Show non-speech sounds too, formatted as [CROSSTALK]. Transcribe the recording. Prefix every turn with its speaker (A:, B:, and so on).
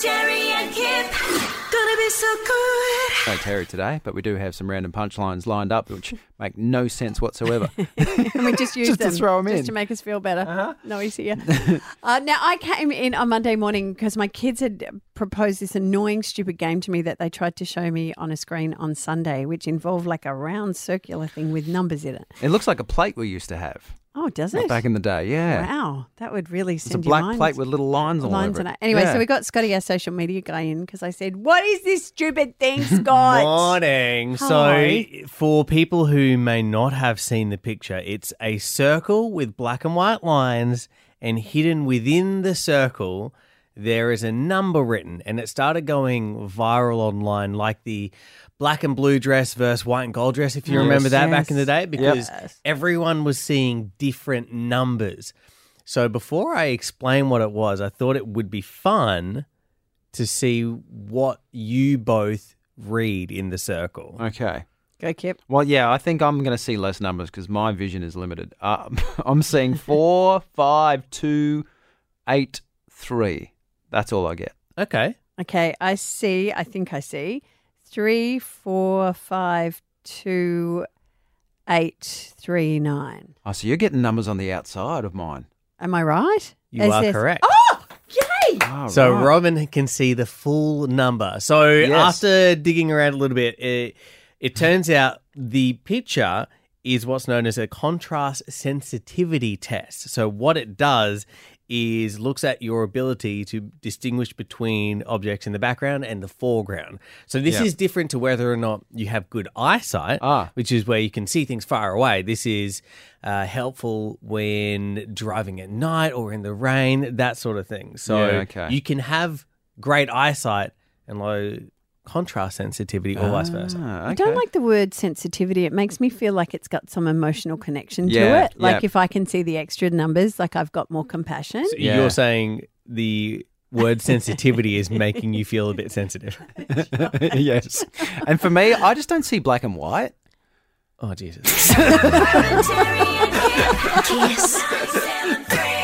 A: Terry and Kip. Gonna be so good.
B: No Terry today, but we do have some random punchlines lined up which make no sense
C: [LAUGHS]
B: whatsoever.
C: And
B: [LAUGHS]
C: we just use
B: Just to
C: them
B: throw 'em
C: just
B: in.
C: to make us feel better. No, he's here. uh, now, I came in on Monday morning because my kids had proposed this annoying, stupid game to me that they tried to show me on a screen on Sunday, which involved like a round circular thing with numbers in it.
B: it looks like a plate we used to have
C: Oh, does it?
B: back in the day. Yeah.
C: wow, that would really
B: It's a
C: send your
B: black
C: mind-
B: plate with little lines all
C: lines
B: over
C: on
B: it.
C: it. Anyway,
B: Yeah.
C: so we got Scotty, our social media guy, in because I said, "What is this stupid thing, Scott?" Hi.
D: Morning. So, for people who may not have seen the picture, it's a circle with black and white lines, and hidden within the circle, there is a number written. And it started going viral online, like the black and blue dress versus white and gold dress, if you remember that back in the day, because everyone was seeing different numbers. So, before I explain what it was, I thought it would be fun to see what you both read in the circle.
B: Okay.
C: Go, Kip.
B: Well, yeah, I think I'm going to see less numbers because my vision is limited. Uh, [LAUGHS] I'm seeing
C: [LAUGHS]
B: four, five, two, eight, three. That's all I get.
D: Okay.
C: Okay, I see. I think I see. Three, four, five, two, eight, three, nine.
B: Oh, so you're getting numbers on the outside of mine.
C: Am I right?
D: You
C: Is
D: are
C: this-
D: correct.
C: Oh, yay!
B: Oh,
D: so
B: right.
D: Robin can see the full number. So
B: Yes.
D: after digging around a little bit, it, it turns out the picture is what's known as a contrast sensitivity test. So what it does is looks at your ability to distinguish between objects in the background and the foreground. So this
B: Yeah.
D: is different to whether or not you have good eyesight,
B: Ah.
D: which is where you can see things far away. This is uh, helpful when driving at night or in the rain, that sort of thing. So
B: Yeah, okay.
D: you can have great eyesight and low contrast sensitivity, or vice versa.
B: Ah,
C: I don't
B: okay.
C: like the word sensitivity. It makes me feel like it's got some emotional connection
B: Yeah,
C: to it. Like
B: yeah.
C: if I can see the extra numbers, like I've got more compassion.
D: So
B: Yeah.
D: You're saying the word sensitivity is making you feel a bit sensitive.
B: [LAUGHS] yes. And
C: [LAUGHS]
B: for me, I just don't see black and white.
D: [LAUGHS] Oh Jesus!
A: Terry and Kip. Kiss.